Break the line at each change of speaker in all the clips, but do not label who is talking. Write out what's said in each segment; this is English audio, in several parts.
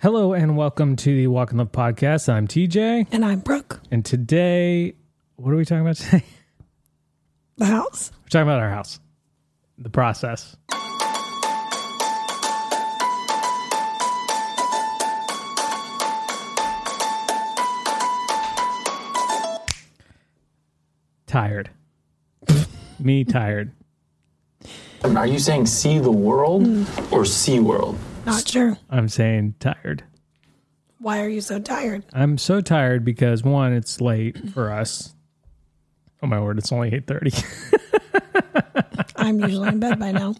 Hello and welcome to the Walk and Love podcast. I'm TJ,
And I'm Brooke.
and today, what are we talking about today?
The house.
We're talking about our house, the process. Tired. Me tired.
Are you saying see the world or sea world?
Not sure.
I'm saying tired.
Why are you so tired?
I'm so tired because one, it's late for us. Oh my word, it's only 8:30.
I'm usually in bed by now.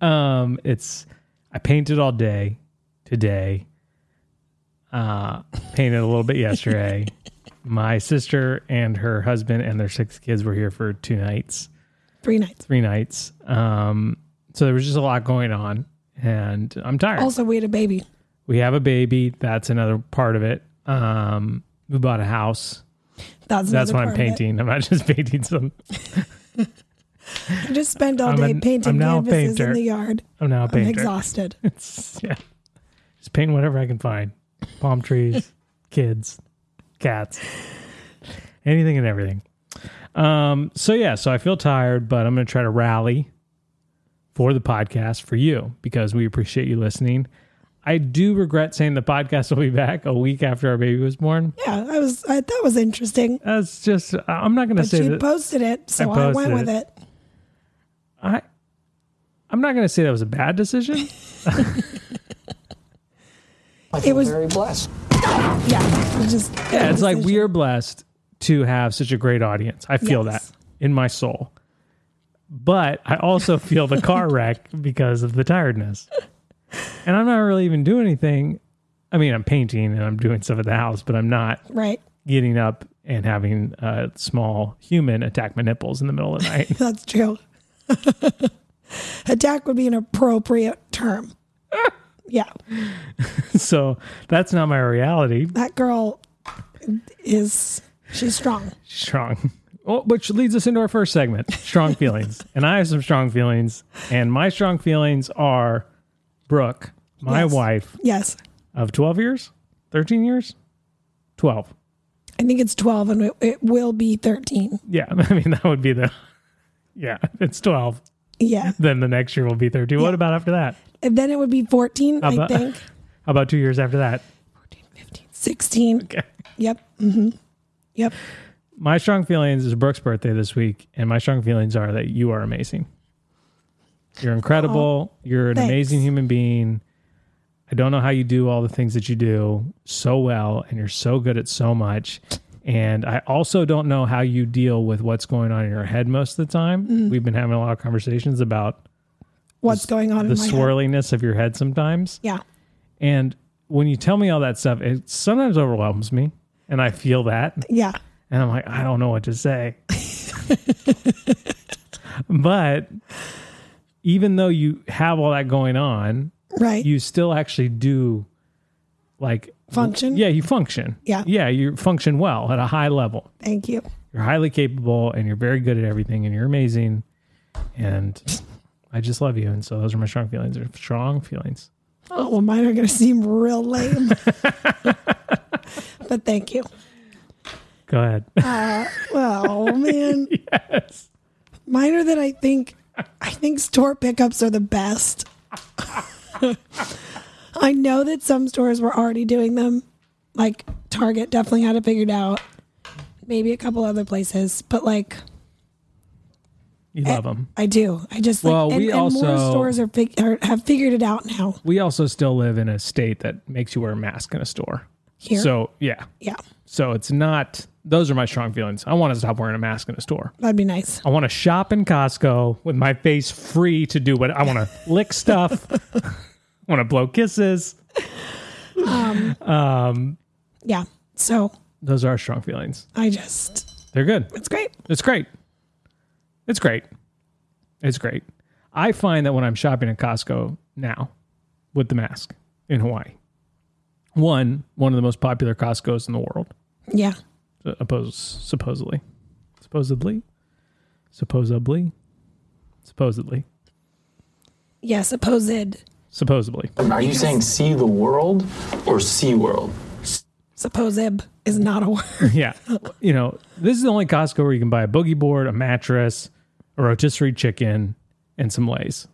Um, it's I painted all day today. Uh, painted a little bit yesterday. My sister and her husband and their six kids were here for two nights,
Three nights.
three nights. Um, so there was just a lot going on, and I'm tired.
Also, we had a baby.
we have a baby. That's another part of it. Um, we bought a house.
That's
That's
another
why I'm
part of it.
painting. I'm not just painting some.
I just spend all
I'm
day
an-
painting
I'm now a
canvases
painter.
in the yard.
I'm now a
I'm
painter.
exhausted.
It's, yeah. Just paint whatever I can find. Palm trees, kids, cats, anything and everything. Um, so yeah, so I feel tired, but I'm gonna try to rally for the podcast for you because we appreciate you listening. I do regret saying the podcast will be back a week after our baby was born.
Yeah, I was. I, that was interesting.
That's just I- I'm not gonna
But
say
she
that
posted it, so I,
I
went
posted
with it.
I I'm not gonna say that was a bad decision.
I feel
was-
very blessed.
Yeah, it just
Yeah, it's like we are blessed to have such a great audience. I feel
Yes.
that in my soul. But I also feel the car wreck because of the tiredness. And I'm not really even doing anything. I mean, I'm painting and I'm doing stuff at the house, but I'm not
right.
getting up and having a small human attack my nipples in the middle of the night.
That's true. Attack would be an appropriate term. yeah,
so that's not my reality.
that girl is. She's strong.
strong. Well, which leads us into our first segment, strong feelings. and I have some strong feelings, and my strong feelings are Brooke, my
Yes.
wife
Yes,
of 12 years, 13 years, 12.
I think it's twelve, and it, it will be thirteen.
Yeah, I mean that would be the Yeah, if it's 12,
Yeah.
then the next year will be 13. What about after that?
And then it would be 14, I
about-
think.
How about 2 years after that?
16.
Okay.
Yep. hmm Yep.
My strong feelings is Brooke's birthday this week, and my strong feelings are that you are amazing. You're incredible. You're an
thanks.
amazing human being. I don't know how you do all the things that you do so well, and you're so good at so much. And I also don't know how you deal with what's going on in your head most of the time.
Mm.
We've been having a lot of conversations about
What's going on
the
in my head?
swirliness of your head sometimes.
Yeah.
And when you tell me all that stuff, it sometimes overwhelms me, and I feel that.
Yeah.
And I'm like, I don't know what to say. but even though you have all that going on,
Right.
you still actually do like
Function.
Yeah, you function.
Yeah.
Yeah, you function well at a high level.
Thank you.
You're highly capable and you're very good at everything and you're amazing. And I just love you. And so those are my strong feelings. They're strong feelings.
Oh, well, mine are going to seem real lame. but thank you.
Go ahead.
Uh, Well, man.
yes.
Mine are that I think, I think store pickups are the best. I know that some stores were already doing them. Like Target definitely had it figured out. Maybe a couple other places, but like
You love them.
I do. I just
Well,
like, and,
we
and
also-
more stores are, fig- are have figured it out now.
We also still live in a state that makes you wear a mask in a store.
Here,
So, yeah.
yeah,
So it's not, those are my strong feelings. I want to stop wearing a mask in a store.
that'd be nice.
I want to shop in Costco with my face free to do what I want to lick stuff, I want to blow kisses.
Yeah. So
Those are strong feelings.
I just,
They're good.
it's great.
It's great. It's great. It's great. I find that when I'm shopping at Costco now with the mask in Hawaii, one, one of the most popular Costco's in the world.
Yeah.
Oppose, supposedly, supposedly, supposedly, supposedly.
Yeah. Supposed.
supposedly.
Are you saying see the world or Sea World?
Supposib is not a word.
Yeah. You know, this is the only Costco where you can buy a boogie board, a mattress, a rotisserie chicken, and some lays.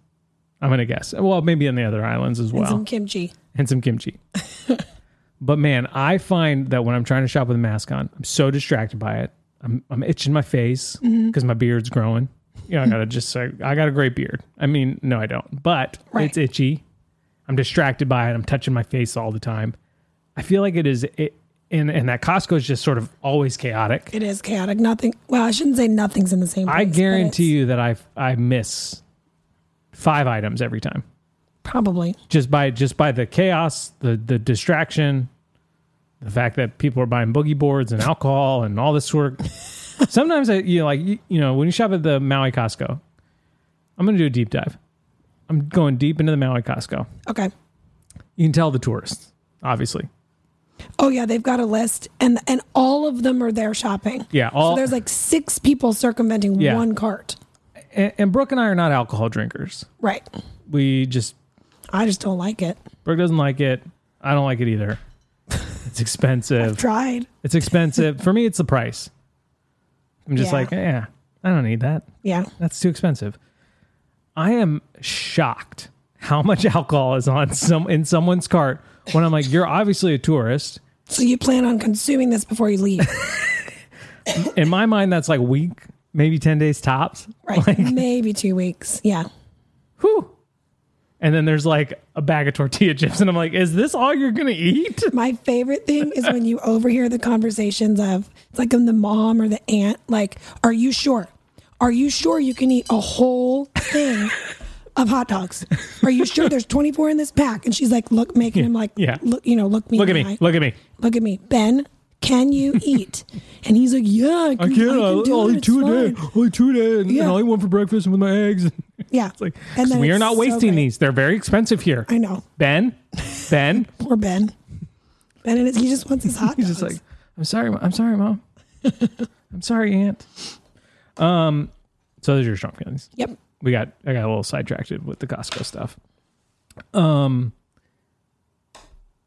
I'm going to guess. Well, maybe on the other islands as well.
Some kimchi.
and some kimchi. but man, I find that when I'm trying to shop with a mask on, I'm so distracted by it. I'm, I'm itching my face because
Mm-hmm.
my beard's growing. You know, I gotta just say, I got a great beard. I mean, no, I don't, but
Right.
it's itchy. I'm distracted by it. I'm touching my face all the time. I feel like it is, it, and, and that Costco is just sort of always chaotic.
It is chaotic. Nothing. Well, I shouldn't say nothing's in the same. Place,
I
but
guarantee
it's-
you that I I miss five items every time.
Probably.
just by just by the chaos, the the distraction, the fact that people are buying boogie boards and alcohol and all this sort. of- Sometimes I, you know, like you, you know when you shop at the Maui Costco, I'm going to do a deep dive. I'm going deep into the Maui Costco.
Okay.
You can tell the tourists, obviously.
Oh yeah, they've got a list, and and all of them are there shopping.
Yeah, all
so there's like six people circumventing
Yeah.
one cart.
and, and Brooke and I are not alcohol drinkers.
Right.
We just
I just don't like it.
Brooke doesn't like it. I don't like it either. It's expensive.
Tried.
It's expensive. For me, it's the price. I'm just
Yeah.
like, yeah, I don't need that.
Yeah.
That's too expensive. I am shocked how much alcohol is on some in someone's cart when I'm like, you're obviously a tourist.
So you plan on consuming this before you leave,
In my mind, that's like week, maybe 10 days tops.
right? Maybe two weeks. Yeah.
Whew. And then there's like a bag of tortilla chips. And I'm like, is this all you're going to eat?
My favorite thing is when you overhear the conversations of it's like when the mom or the aunt, like, are you sure? Are you sure you can eat a whole thing of hot dogs? Are you sure there's 24 in this pack? And she's like, look, making him like,
yeah.
look, you know, look me.
Look at
in the
me.
eye.
Look at me.
Look at me. Ben, can you eat? and he's like, yeah, I can, I
I can't.
can
I'll,
do
I'll
it.
eat
It's
two a
fine.
day. I'll eat two a day. And,
Yeah.
and I'll eat one for breakfast with my eggs. It's
Yeah.
like,
And
'cause
then
we are
it's
not
so
wasting
great.
these. They're very expensive here.
I know.
Ben, Ben,
Poor Ben. Ben, and it- he just wants his hot
He's
dogs.
just like, I'm sorry, Mo- I'm sorry, mom. I'm sorry, aunt. Um, so those are your strong feelings.
yep.
We got I got a little sidetracked with the Costco stuff. Um,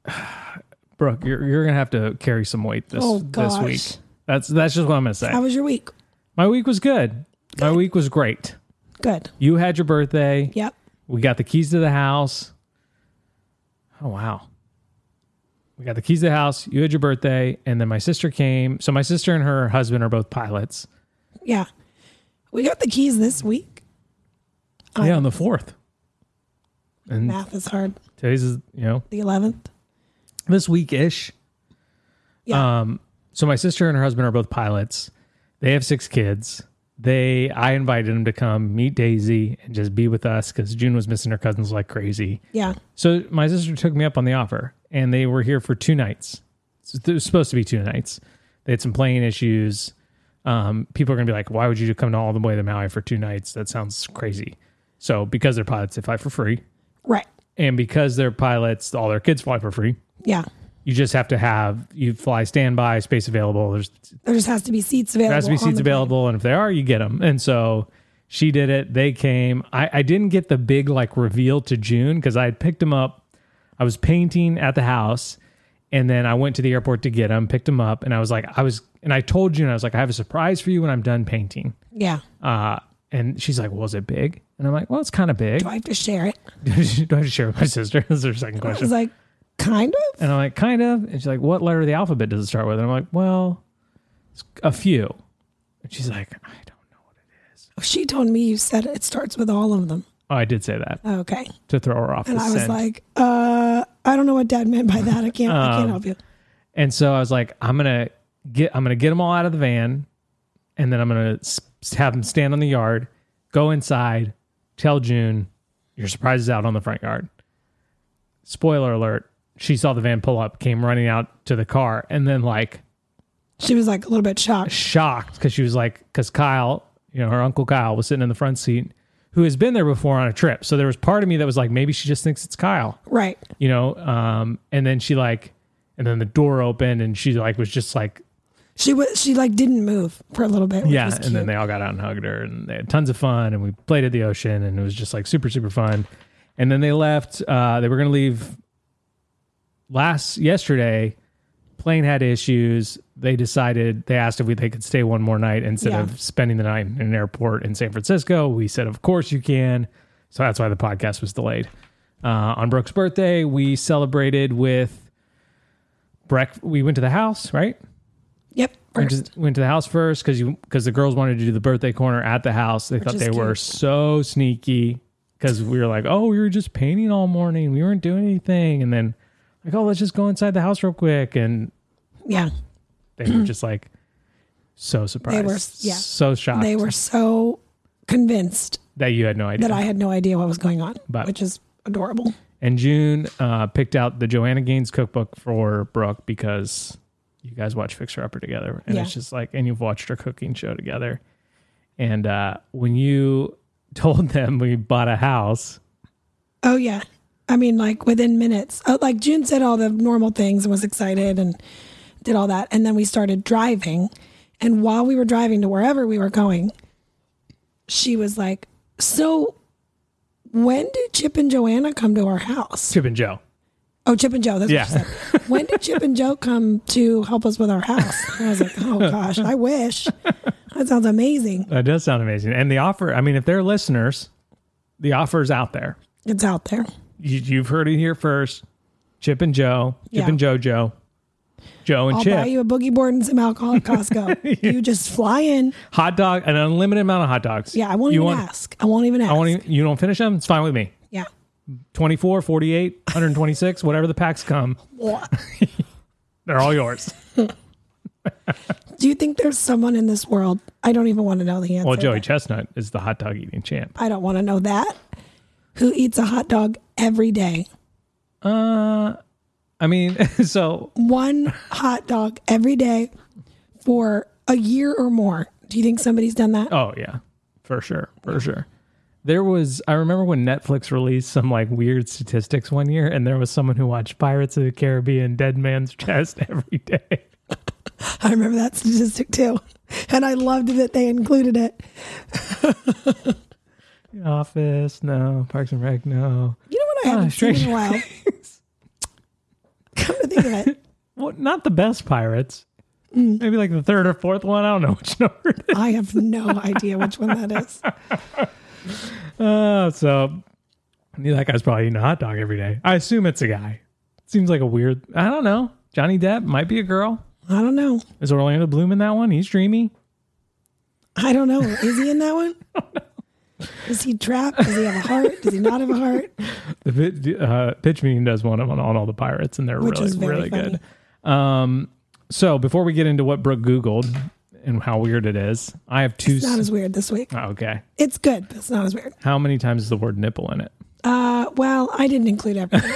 Brooke, you're you're gonna have to carry some weight this
Oh,
this
gosh.
week. That's that's just what I'm gonna say.
How was your week?
My week was good. My week was great.
Good.
You had your birthday.
Yep.
We got the keys to the house. Oh wow. We got the keys to the house. You had your birthday, and then my sister came. So my sister and her husband are both pilots.
Yeah. We got the keys this week. I-
Oh, yeah, on the fourth. And
Math is hard.
today's is you know
The 11th.
this week ish.
Yeah.
Um. So my sister and her husband are both pilots. They have six kids. They I invited them to come meet Daisy and just be with us because June was missing her cousins like crazy.
Yeah.
So my sister took me up on the offer, and they were here for two nights. So It was supposed to be two nights. They had some plane issues. Um, people are going to be like, "Why would you come all the way to Maui for two nights? That sounds crazy." So because they're pilots, they fly for free,
Right.
and because they're pilots, all their kids fly for free.
Yeah.
You just have to have you fly standby, space available. There's
There just has to be seats available.
there has to be
on
seats
the plane.
available, and if there are, you get them. And so she did it. They came. I, I didn't get the big like reveal to June because I had picked him up. I was painting at the house, and then I went to the airport to get him, picked him up, and I was like, I was, and I told June I was like, I have a surprise for you when I'm done painting.
Yeah.
Uh, and she's like, Well, is it big? And I'm like, Well, it's kind of big.
Do I have to share it?
Do I have to share with my sister? That's her second
I
question.
was like, kind of?
And I'm like, kind of. And she's like, what letter of the alphabet does it start with? And I'm like, well, it's a few. And she's like, I don't know.
She told me you said it starts with all of them.
Oh, I did say that
Okay.
to throw her off.
And
the
I was
scent.
like, uh, I don't know what dad meant by that. I can't, I
Um,
can't help you.
and so I was like, I'm gonna get, I'm gonna get them all out of the van, and then I'm gonna s- have them stand on the yard, go inside, tell June, your surprise is out on the front yard. Spoiler alert: She saw the van pull up, came running out to the car, and then like
She was like a little bit shocked.
shocked because she was like, because Kyle, you know, her uncle Kyle was sitting in the front seat, who has been there before on a trip. So there was part of me that was like, maybe she just thinks it's Kyle,
Right.
you know. Um, and then she like, and then the door opened, and she like was just like,
She was, she like didn't move for a little bit. Which
yeah.
Was
And then
cute.
they all got out and hugged her, and they had tons of fun, and we played at the ocean, and it was just like super super fun. and then they left. Uh, they were going to leave last yesterday. Plane had issues. They decided they asked if we, they could stay one more night instead
Yeah.
of spending the night in an airport in San Francisco. We said, of course you can. So that's why the podcast was delayed. Uh, on Brooke's birthday, we celebrated with breakfast. We went to the house, right?
Yep.
went
First.
to, went to the house first because you because the girls wanted to do the birthday corner at the house. They thought
is
they were
cute.
so sneaky because we were like, oh, we were just painting all morning. We weren't doing anything, and then like, oh, let's just go inside the house real quick, and
Yeah.
they were just like so surprised.
were- yeah.
so shocked
They were so convinced
that you had no idea.
that I had no idea what was going on,
But-
which is adorable.
and June uh, picked out the Joanna Gaines cookbook for Brooke because you guys watch Fixer Upper together, and
Yeah.
it's just like, and you've watched her cooking show together. And uh, when you told them we bought a house,
Oh yeah. I mean, like within minutes. Uh, like June said all the normal things and was excited and did all that, and then we started driving. And while we were driving to wherever we were going, she was like, "So, when did Chip and Joanna come to our house?
Chip and Joe,
Oh, Chip and Joe. That's
Yeah.
what she said. when did Chip and Joe come to help us with our house?" And I was like, "Oh gosh, I wish." That sounds amazing.
that does sound amazing. And the offer, I mean, if they're listeners, the offer's out there.
It's out there.
You, you've heard it here first. Chip and Joe, Chip
Yeah.
and JoJo, Joe and
I'll buy
Chip,
you a boogie board and some alcohol at Costco. You just fly in.
hot dog, an unlimited amount of hot dogs.
Yeah, I won't
you
even
want,
ask. I won't even ask.
I won't even, you don't finish them. It's fine with me.
yeah.
24, 48, 126, whatever the packs come,
What?
they're all yours.
Do you think there's someone in this world? I don't even want to know the answer.
Well, Joey
but
Chestnut is the hot dog eating champ.
I don't want to know that. Who eats a hot dog every day?
Uh, I mean, so
One hot dog every day for a year or more. Do you think somebody's done that?
oh yeah, for sure, for sure. There was I remember when Netflix released some like weird statistics one year, and there was someone who watched Pirates of the Caribbean Dead Man's Chest every day.
I remember that statistic too. And I loved that they included it.
Office, no. Parks and Rec, no.
You know what I haven't
Stranger
seen in a while? Come to think of it,
Well, not the best pirates. Maybe like the third or fourth one. I don't know which number it is.
I have no idea which one that is.
Uh, so yeah, that guy's probably eating a hot dog every day. I assume it's a guy. Seems like a weird. I don't know. Johnny Depp might be a girl.
I don't know.
Is Orlando Bloom in that one? He's dreamy.
I don't know. Is he in that one? Is he trapped? Does he have a heart? Does he not have a heart?
The vid- uh, pitch meeting does one of on, on all the pirates, and they're
Which is
really
very
really
funny.
good. Um, so before we get into what Brooke googled and how weird it is, I have two.
It's not
s-
as weird this week.
Oh, okay,
It's good, but it's not as weird.
how many times is the word nipple in it?
Uh, well, I didn't include everything.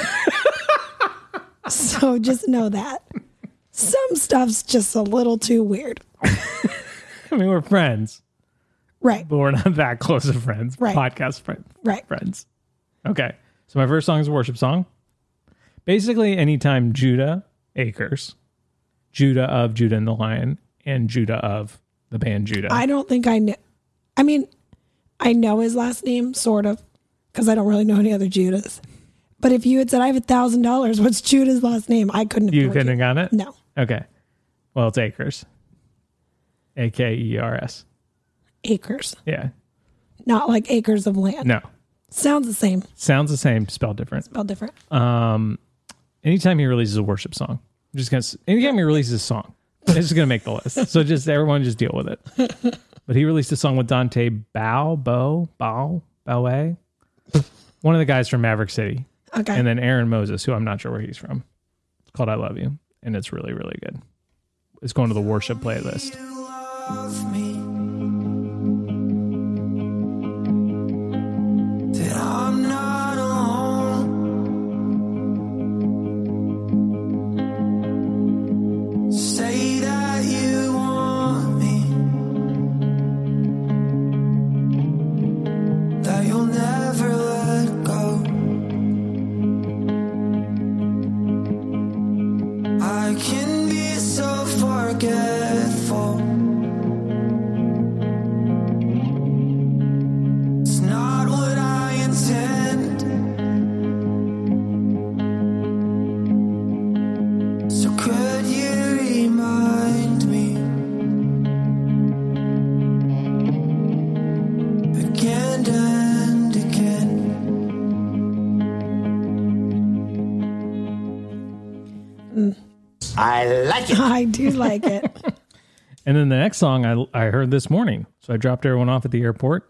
so just know that. Some stuff's just a little too weird.
I mean, we're friends,
Right,
but we're not that close of friends.
Right.
Podcast friends.
right.
friends. Okay. So my first song is a worship song. Basically, anytime Judah Akers, Judah of Judah and the Lion, and Judah of the band Judah.
I don't think I know. I mean, I know his last name, sort of, because I don't really know any other Judas. But if you had said, I have a $1,000, what's Judah's last name? I couldn't have
you
told
couldn't have gotten it?
No.
Okay. Well, it's Akers. A K E R S.
Acres,
Yeah.
not like acres of land.
No.
Sounds the same,
Sounds the same, spelled different.
spelled different.
Anytime he releases a worship song, I'm just gonna s- anytime he releases a song, this is gonna make the list. So just everyone just deal with it. But he released a song with Dante Bow, Bow, Bow, Bowie, one of the guys from Maverick City,
Okay.
and then Aaron Moses, who I'm not sure where he's from. It's called "I Love You," and it's really, really good. It's going to the worship playlist.
love me that I'm not alone. Say that you want me, that you'll never let go. I can be so forgetful. It's not what I intend.
I like it.
I do like it.
And then the next song I, I heard this morning. So I dropped everyone off at the airport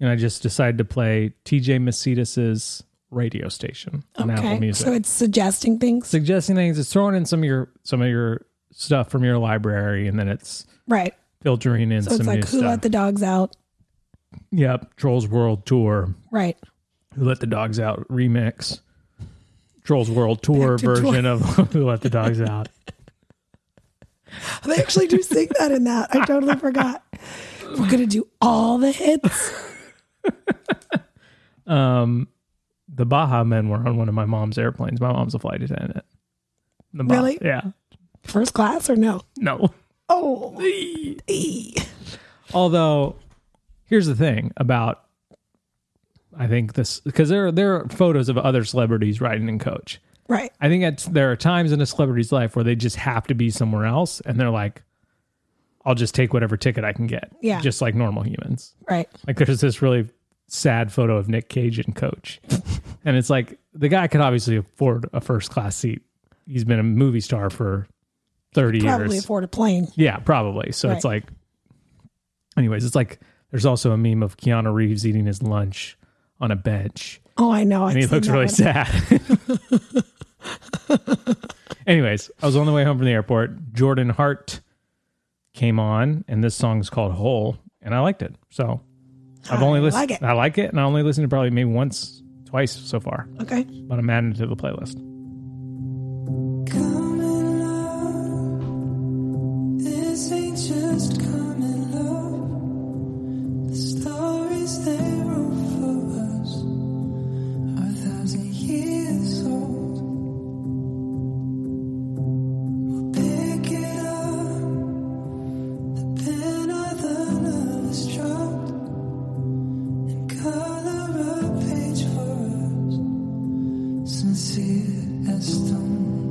and I just decided to play TJ Macedas' radio station on Apple
Okay.
Music.
So it's suggesting things.
Suggesting things, it's throwing in some of your some of your stuff from your library and then it's
Right.
filtering in
So
some
it's like
new
who
stuff.
let the dogs out?
yep. Trolls World Tour.
Right.
Who Let the Dogs Out remix. Trolls World Tour
to tour.
version of Who Let the Dogs Out.
They actually do sing that in that. I totally forgot. We're gonna do all the hits.
The Baja Men were on one of my mom's airplanes. My mom's a flight attendant. The Baja-
Really?
Yeah.
First class or no?
No.
Oh. Eee.
Although, here's the thing about I think this because there are, there are photos of other celebrities riding in coach.
Right.
I think it's, there are times in a celebrity's life where they just have to be somewhere else, and they're like, "I'll just take whatever ticket I can get."
Yeah.
just like normal humans.
Right.
Like there's this really sad photo of Nick Cage in coach, and it's like the guy could obviously afford a first class seat. He's been a movie star for thirty
Probably
years.
afford a plane.
Yeah, probably. So it's
Right.
like, anyways, it's like there's also a meme of Keanu Reeves eating his lunch on a bench,
Oh, I know.
and he looks really sad. anyways, I was on the way home from the airport. Jordan Hart came on, and this song's called "Hole," and I liked it. So I've only
I
listened.
like it.
I like it, and I only listened to probably maybe once, twice so far.
Okay.
But I'm adding it to the playlist.
Coming love, this ain't just coming love. The stories they wrote for us are a thousand years old. We'll pick it up, the pen of the lovers dropped, and color a page for us, sincere as stone.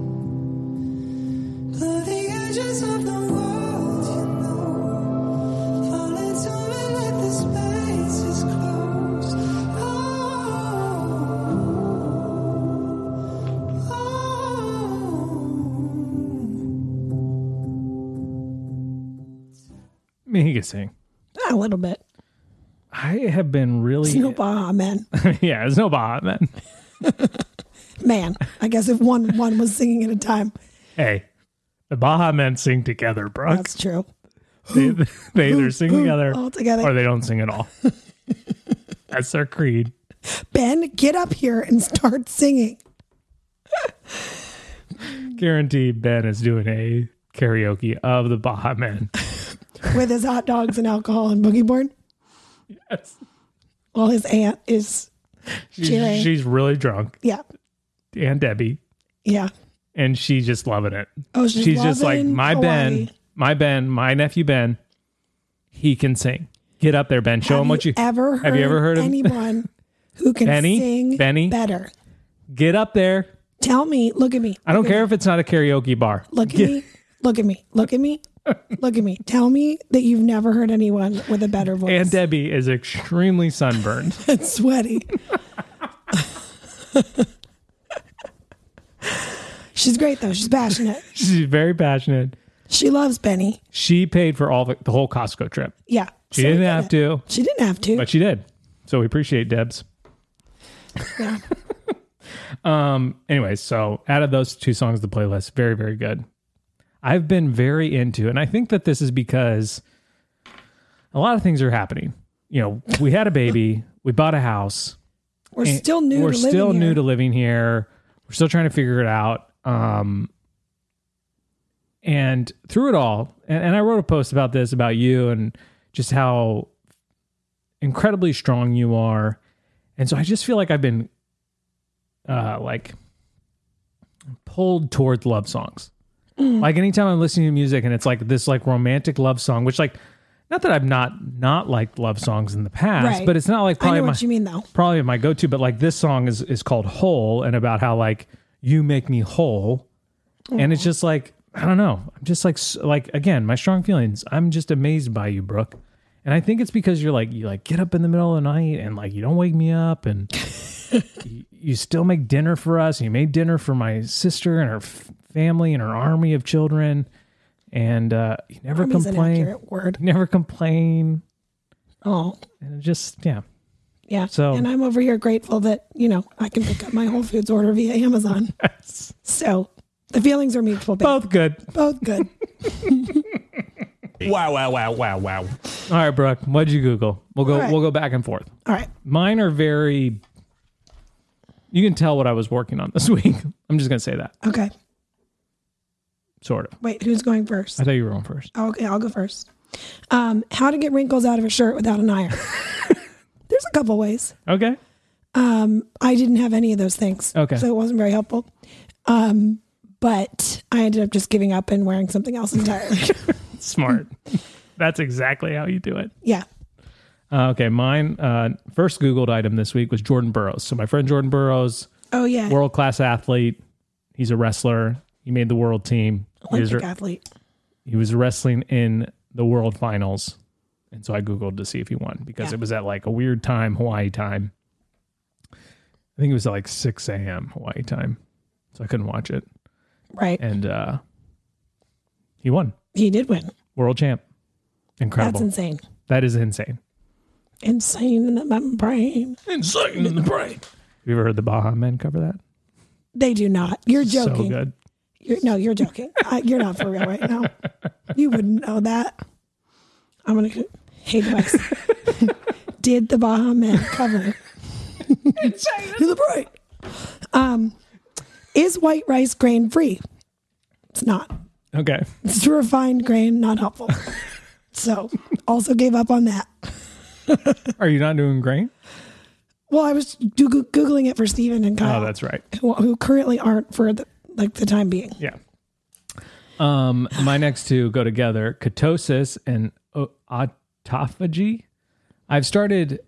Blur the edges of the world, you know. Fall into it like the space is closed. Oh, oh.
I mean, he could sing.
A little bit.
I have been really
No Baja man.
yeah. There's no bot, man.
Man. I guess if one one was singing at a time,
Hey, the Baja men sing together, Brooke.
that's true.
They, they either sing together
All together.
or they don't sing at all. That's their creed.
Ben, get up here and start singing.
Guaranteed Ben is doing a karaoke of the Baja men.
with his hot dogs and alcohol and boogie board
Yes.
while his aunt is
She's,
Cheering.
she's really drunk,
yeah
Aunt Debbie,
yeah
and she's just loving it.
oh she's,
She's just like,
loving
my
Hawaii.
Ben, my Ben, my nephew Ben, he can sing. Get up there, Ben. Show
have
him what you.
ever heard
have you ever heard of-
anyone who can
Benny?
sing
Benny?
better
Get up there.
tell me look at me
I don't care if it's not a karaoke bar.
look at
Get-
me look at me look at me look at me tell me that you've never heard anyone with a better voice
Aunt Debbie is extremely sunburned.
and sweaty she's great though she's passionate
She's very passionate.
she loves benny
She paid for all the, the whole Costco trip.
yeah
She didn't have to,
she didn't have to
but she did. So we appreciate Debs.
Yeah.
Anyways, Um, so out of those two songs, the playlist very very good. I've been very into, and I think that this is because a lot of things are happening. You know, we had a baby, we bought a house,
We're still new.
eh, We're
to living
still new
here.
to living here. We're still trying to figure it out. Um, and through it all, and, and I wrote a post about this about you and just how incredibly strong you are. And so I just feel like I've been uh, like pulled towards love songs.
Mm.
Like anytime I'm listening to music and it's like this like romantic love song, which like not that I've not not liked love songs in the past,
Right.
but it's not like
I
probably
know
my,
what you mean, though.
probably my go-to but like this song is is called whole and about how like you make me whole and it's just like i don't know i'm just like s- like again my strong feelings i'm just amazed by you brooke and i think it's because you're like you like get up in the middle of the night and like you don't wake me up and you, you still make dinner for us and you made dinner for my sister and her f- family and her army of children. And uh, you never
Army's an
complain.
accurate word.
You never complain.
Oh,
And it just, yeah.
yeah.
So-
and I'm over here grateful that you know I can pick up my Whole Foods order via Amazon. So the feelings are mutual. Babe.
Both good.
both good.
Wow, wow, wow, wow, wow.
All right, Brooke, what'd you Google? We'll go
All right.
we'll go back and forth.
All right.
Mine are very you can tell what I was working on this week. I'm just gonna say that.
Okay.
Sort of.
Wait, who's going first?
I thought you were going first.
Oh, okay, I'll go first. Um, how to get wrinkles out of a shirt without an iron. There's a couple ways.
Okay.
Um, I didn't have any of those things.
Okay.
So it wasn't very helpful. Um, but I ended up just giving up and wearing something else entirely.
Smart. That's exactly how you do it.
yeah.
Uh, okay, mine uh, first Googled item this week was Jordan Burroughs. So my friend Jordan Burroughs,
Oh, yeah.
world class athlete. He's a wrestler. He made the world team. He was,
Olympic athlete.
he was wrestling in the world finals. And so I Googled to see if he won because
Yeah.
it was at like a weird time, Hawaii time. I think it was at like 6 a.m. Hawaii time. So I couldn't watch it.
Right.
And uh, he won.
He did win.
World champ. Incredible.
That's insane.
that is insane.
Insane in my brain.
Insane in the brain. Have you ever heard the Baha Men cover that?
They do not. You're
So
joking.
good.
You're, no, you're joking. I, you're not for real right now. You wouldn't know that. I'm gonna hate Wes. Did the Baha Men cover to the bright? Um, is white rice grain free? It's not.
Okay.
It's a refined grain, not helpful. So, also gave up on that.
Are you not doing grain?
Well, I was goo- goo- googling it for Stephen and
Oh,
Kyle,
that's right.
who, who currently aren't for the, like the time being.
Yeah. Um, my next two go together: ketosis and o- autophagy. I've started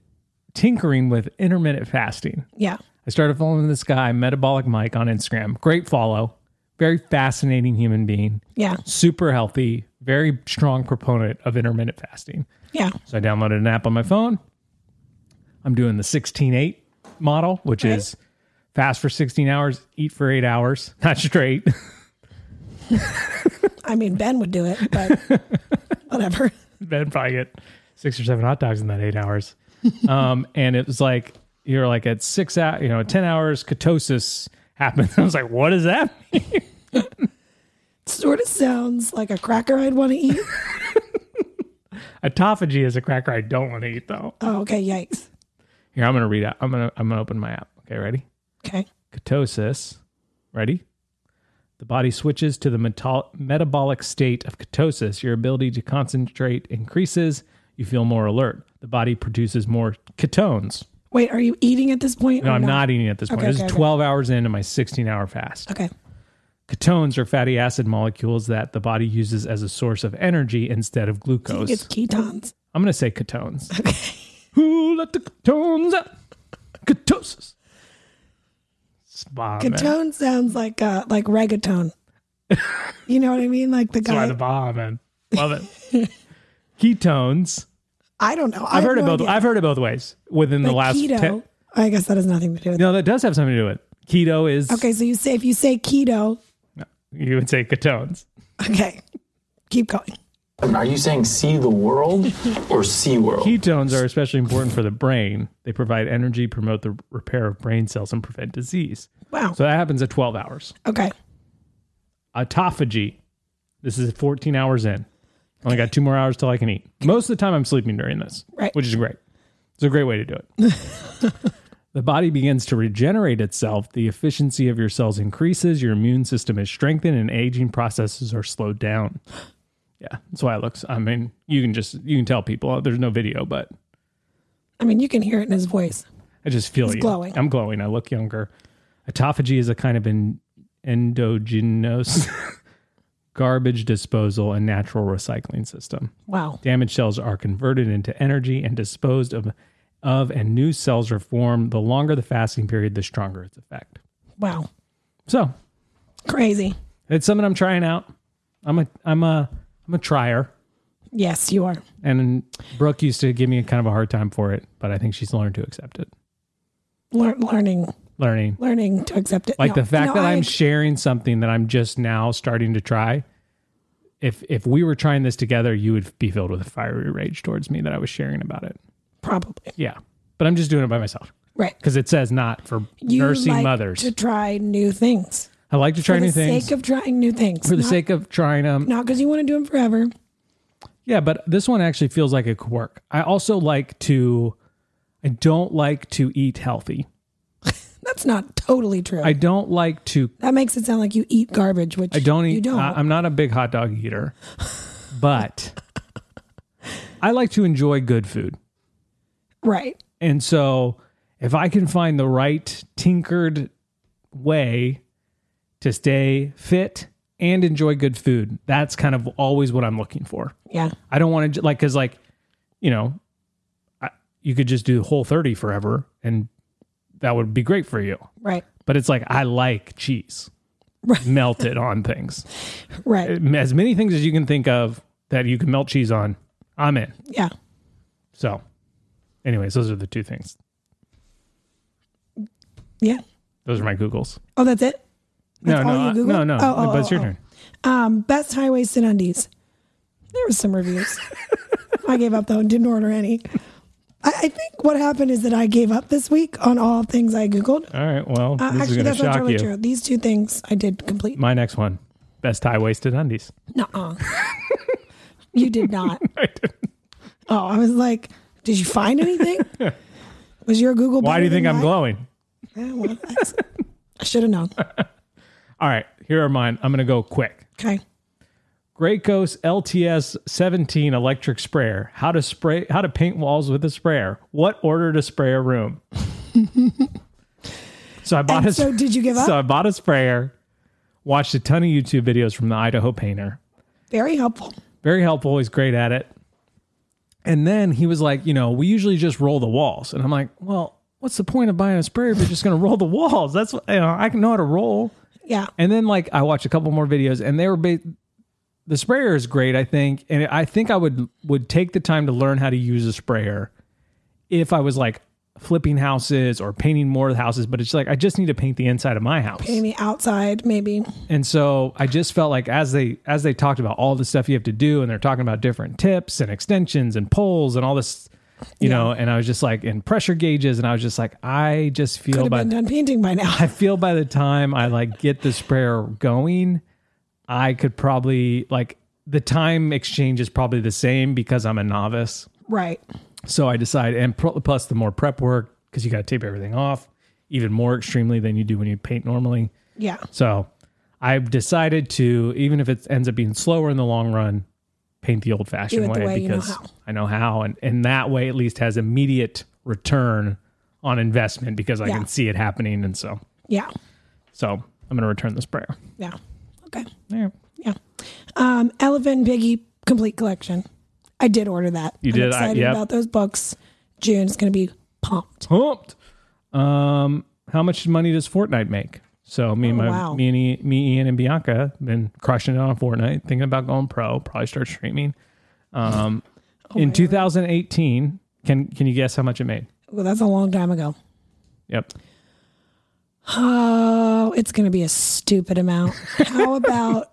tinkering with intermittent fasting.
Yeah,
I started following this guy, Metabolic Mike, on Instagram. Great follow. Very fascinating human being.
yeah,
Super healthy. Very strong proponent of intermittent fasting.
yeah.
So I downloaded an app on my phone. I'm doing the 16-8 model, which
Right.
is fast for 16 hours, eat for eight hours, not straight.
I mean, Ben would do it, but whatever.
then probably get six or seven hot dogs in that eight hours. um, and it was like you're like at six out, you know, ten hours ketosis happens. I was like, what does that mean?
sort of sounds like a cracker I'd want to eat.
Autophagy is a cracker I don't want to eat though.
Oh, okay, yikes.
Here, I'm gonna read out. I'm gonna I'm gonna open my app. Okay, ready?
Okay.
Ketosis. Ready? The body switches to the metal- metabolic state of ketosis. Your ability to concentrate increases. You feel more alert. The body produces more ketones.
Wait, are you eating at this point?
No,
or
I'm not eating at this point.
Okay,
this
okay,
is
okay.
12 hours into my 16 hour fast.
Okay.
Ketones are fatty acid molecules that the body uses as a source of energy instead of glucose.
It's ketones.
I'm going to say ketones. Who let the ketones out? Ketosis. Spa, man.
Ketone sounds like uh like reggaeton. you know what I mean? Like the
That's why
guy.
the Baha man. Love it. ketones.
I don't know. I
I've
have
heard it
no
both.
idea.
I've heard it both ways within the
Like
last.
keto.
ten-
I guess that has nothing to do with it.
no, that does have something to do with it. Keto is.
Okay, so you say if you say keto,
You would say ketones.
okay, keep going.
Are you saying see the world or sea world?
Ketones are especially important for the brain. They provide energy, promote the repair of brain cells, and prevent disease.
Wow.
So that happens at 12 hours.
Okay.
Autophagy. This is 14 hours in. Only got two more hours till I can eat. Most of the time, I'm sleeping during this,
Right.
which is great. It's a great way to do it. the body begins to regenerate itself. The efficiency of your cells increases. Your immune system is strengthened, and aging processes are slowed down. Yeah, that's why it looks. I mean, you can just you can tell people. There's no video, but
I mean, you can hear it in his voice.
I just feel you.
glowing.
I'm glowing. I look younger. Autophagy is a kind of an endogenous garbage disposal and natural recycling system.
Wow.
Damaged cells are converted into energy and disposed of, of and new cells are formed. The longer the fasting period, the stronger its effect.
Wow.
So
Crazy.
it's something I'm trying out. I'm a I'm a I'm a trier.
Yes, you are.
And Brooke used to give me a kind of a hard time for it, but I think she's learned to accept it.
Lear- learning
learning.
learning to accept it.
Like
No,
the fact
no,
that
I
I'm
ag-
sharing something that I'm just now starting to try. If if we were trying this together, you would be filled with fiery rage towards me that I was sharing about it.
probably
Yeah. But I'm just doing it by myself
right.
because it says not for
You
nursing
like
mothers.
to try new things
I like to try
for
new
the
things
sake of trying new things.
for the
not,
sake of trying them.
not because you want to do them forever.
Yeah, but this one actually feels like it could work. I also like to, I don't like to eat healthy.
That's not totally true.
I don't like to,
that makes it sound like you eat garbage, which
I don't eat,
You don't.
I, am not a big hot dog eater, but I like to enjoy good food.
right.
And so if I can find the right tinkered way to stay fit and enjoy good food, that's kind of always what I'm looking for.
Yeah.
I don't want to like because like you know, I, you could just do Whole 30 forever, and that would be great for you.
Right.
But it's like I like cheese
Right.
melted on things.
Right.
As many things as you can think of that you can melt cheese on, I'm in.
Yeah.
So, anyways, those are the two things.
Yeah.
Those are my Googles.
Oh, that's it. That's
no,
all
no,
you
I-
Googled?
no, no,
Oh, oh,
But it's your
oh, oh.
turn.
Um, best highway sit undies. There was some reviews. I gave up though and didn't order any. I, I think what happened is that I gave up this week on all things I googled.
All right. Well,
Uh,
this is
actually,
going to
that's not
shock
totally
you.
true. These two things I did complete.
My next one: best high waisted undies.
Nuh-uh. you did not. Oh, I was like, did you find anything? Was your Google?
Why do you think I'm
glowing?
glowing?
Yeah, well, that's- I should have known.
All right. Here are mine. I'm going to go quick.
Okay.
Graco's LTS 17 electric sprayer. How to spray how to paint walls with a sprayer. What order to spray a room? so I bought
And
a
so did you give up?
So I bought a sprayer, watched a ton of YouTube videos from the Idaho painter.
Very helpful.
Very helpful, he's great at it. And then he was like, you know, we usually just roll the walls. And I'm like, well, what's the point of buying a sprayer if you're just going to roll the walls? That's what- you know, I can know how to roll.
Yeah.
And then like I watched a couple more videos, and they were ba- the sprayer is great, I think, and I think I would would take the time to learn how to use a sprayer if I was like flipping houses or painting more houses. But it's like I just need to paint the inside of my house,
Maybe outside, maybe.
and so I just felt like as they as they talked about all the stuff you have to do, and they're talking about different tips and extensions and poles and all this. You know, and I was just like in pressure gauges, and I was just like, I just feel
Could have
by
been done painting by now.
I feel by the time I like get the sprayer going, I could probably like the time exchange is probably the same because I'm a novice.
right.
So I decide, and pro- plus the more prep work because you got to tape everything off even more extremely than you do when you paint normally.
Yeah.
So I've decided to, even if it ends up being slower in the long run, paint the old
Do
fashioned
it the
way,
way you know
because
how.
I know how. And, and that way at least has immediate return on investment because I
Yeah.
can see it happening. And so.
Yeah.
So I'm going to return this prayer.
Yeah. Okay.
Yeah.
Yeah. Um, Elephant and Piggy Complete Collection. I did order that.
You
I'm
did? I-
Excited
yep.
about those books. June's going to be pumped.
Pumped. Um, how much money does Fortnite make? So me and
Oh,
my
wow.
me and I- me Ian and Bianca been crushing it on Fortnite, thinking about going pro. Probably start streaming. Um,
Oh
in 2018, can can you guess how much it made?
Well, that's a long time ago.
Yep,
Oh, it's going to be a stupid amount. How about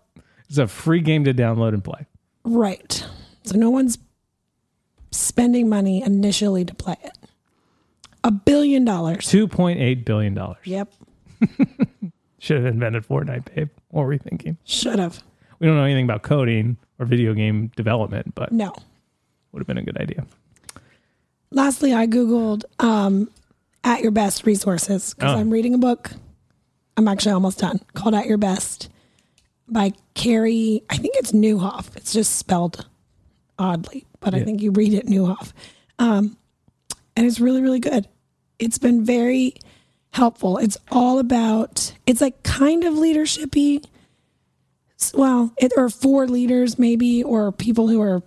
it's a free game to download and play.
right? So no one's spending money initially to play it. A billion dollars.
Two point eight billion dollars.
Yep.
Should have invented Fortnite, babe. What were we thinking?
Should have.
We don't know anything about coding or video game development, but
No.
would have been a good idea.
Lastly, I Googled um, at your best resources because
Oh.
I'm reading a book. I'm actually almost done called At Your Best by Carrie. I think it's Newhoff. It's just spelled oddly, but I
Yeah.
think you read it Newhoff. Um, and it's really, really good. It's been very helpful. It's all about, it's like kind of leadership y. Well, it, or for leaders, maybe, or people who are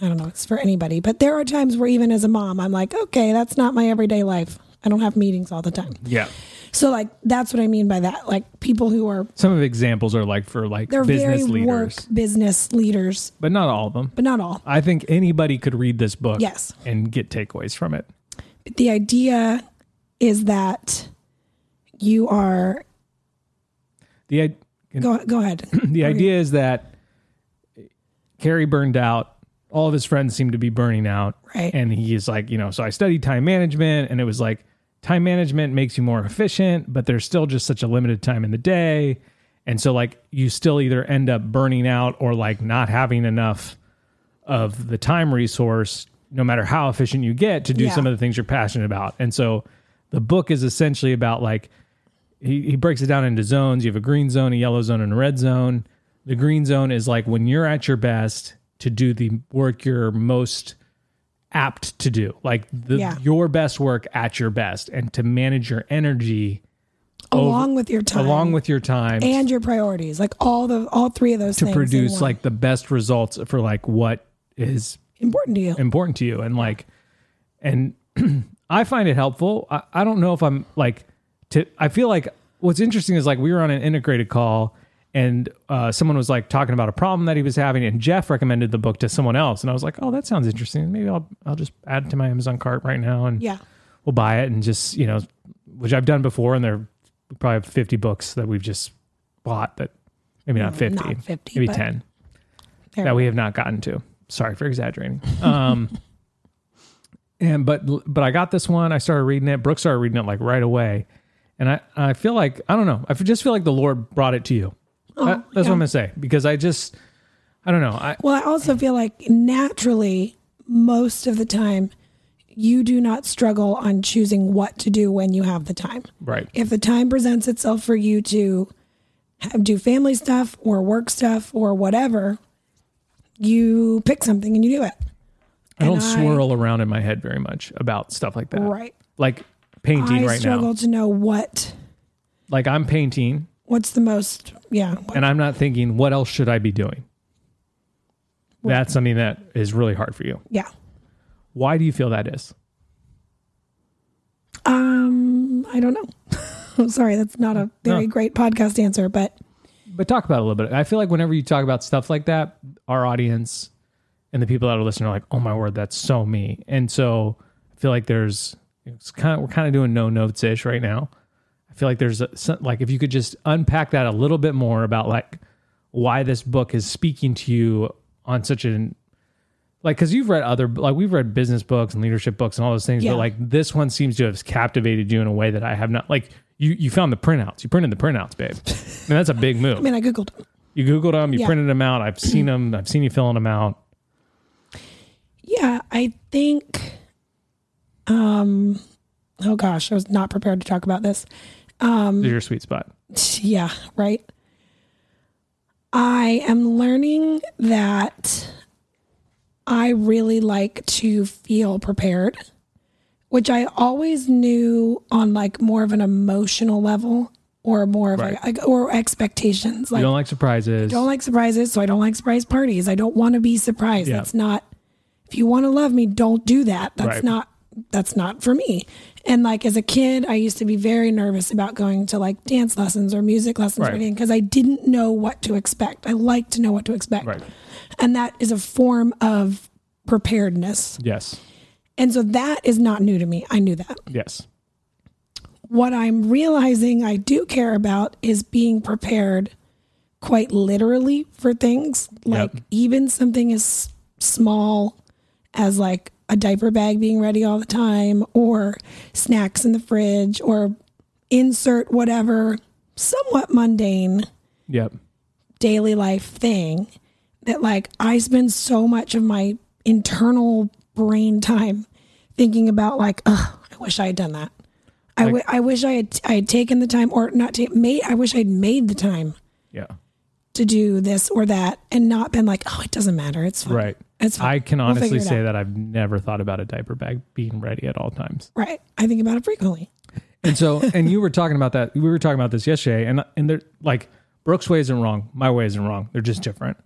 I don't know, it's for anybody, but there are times where even as a mom, I'm like, okay, that's not my everyday life. I don't have meetings all the time.
Yeah.
So like that's what I mean by that. Like people who are
some of the examples are like for like
they're
business
very
leaders,
work business leaders,
but not all of them.
but not all.
I think anybody could read this book
Yes.
and get takeaways from it.
But the idea is that you are.
The i-
Go go ahead.
the idea is that Carrie burned out. All of his friends seem to be burning out.
Right.
And he's like, you know, so I studied time management and it was like time management makes you more efficient, but there's still just such a limited time in the day. And so like you still either end up burning out or like not having enough of the time resource, no matter how efficient you get to do
Yeah.
some of the things you're passionate about. And so the book is essentially about like he, he breaks it down into zones. You have a green zone, a yellow zone, and a red zone. The green zone is like when you're at your best to do the work you're most apt to do, like the,
Yeah.
your best work at your best, and to manage your energy
along with your time,
along with your time
and your priorities, like all the all three of those
to
things in
produce
one.
like the best results for like what is
important to you.
important to you and like and i find it helpful I, I don't know if i'm like to i feel like what's interesting is like we were on an integrated call and uh, someone was like talking about a problem that he was having and jeff recommended the book to someone else and i was like oh that sounds interesting maybe i'll i'll just add it to my amazon cart right now and
yeah,
we'll buy it and just you know which i've done before and there are probably 50 books that we've just bought that maybe not 50
not 50,
maybe
but-
10
There.
that we have not gotten to. Sorry for exaggerating. Um, and but but I got this one. I started reading it. Brooke started reading it like right away, and I I feel like I don't know. I just feel like the Lord brought it to you.
Oh,
That- that's what I'm gonna say because I just I don't know. I
Well, I also feel like naturally, most of the time, you do not struggle on choosing what to do when you have the time.
right
If the time presents itself for you to have, do family stuff or work stuff or whatever, you pick something and you do it.
I don't
and I-
swirl around in my head very much about stuff like that.
Right.
Like painting
I
right
struggle
now.
to know what
Like I'm painting
what's the most yeah what,
and I'm not thinking what else should I be doing. That's something that is really hard for you.
yeah.
Why do you feel that is?
Um, I don't know. I'm sorry, that's not a very
No.
great podcast answer, but
But talk about it a little bit. I feel like whenever you talk about stuff like that, our audience and the people that are listening are like, "Oh my word, that's so me." And so I feel like there's it's kind of we're kind of doing no notes ish right now. I feel like there's a, some- like if you could just unpack that a little bit more about like why this book is speaking to you on such an like because you've read other like we've read business books and leadership books and all those things,
Yeah.
but like this one seems to have captivated you in a way that I have not. Like you you found the printouts, you printed the printouts, babe, and that's a big move.
I mean, I googled.
You Googled them, you
Yeah.
printed them out. I've seen them. I've seen you filling them out.
Yeah, I think um oh gosh, I was not prepared to talk about this. Um,
They're your sweet spot.
Yeah, right. I am learning that I really like to feel prepared, which I always knew on like more of an emotional level or more of
Right.
like, or expectations. Like
you don't like surprises.
don't like surprises, so I don't like surprise parties. I don't want to be surprised.
Yeah.
That's not if you want to love me, don't do that. That's
Right.
not that's not for me. And like as a kid, I used to be very nervous about going to like dance lessons or music lessons
Right.
or anything because I didn't know what to expect. I like to know what to expect.
Right.
And that is a form of preparedness.
yes.
And so that is not new to me. I knew that
Yes.
what I'm realizing I do care about is being prepared quite literally for things like even something as small as like a diaper bag being ready all the time or snacks in the fridge or insert whatever somewhat mundane
Yep.
daily life thing that like I spend so much of my internal brain time thinking about like, oh, I wish I had done that. I wi- I wish I had I had taken the time or not ta- made I wish I'd made the time
Yeah.
to do this or that and not been like, oh, it doesn't matter. It's fine.
Right.
It's fine.
I can
We'll
honestly
figure it
say
out."
that I've never thought about a diaper bag being ready at all times.
Right. I think about it frequently.
And so, and you were talking about that. We were talking about this yesterday, and and they're like Brooks' way isn't wrong. My way isn't wrong. They're just different.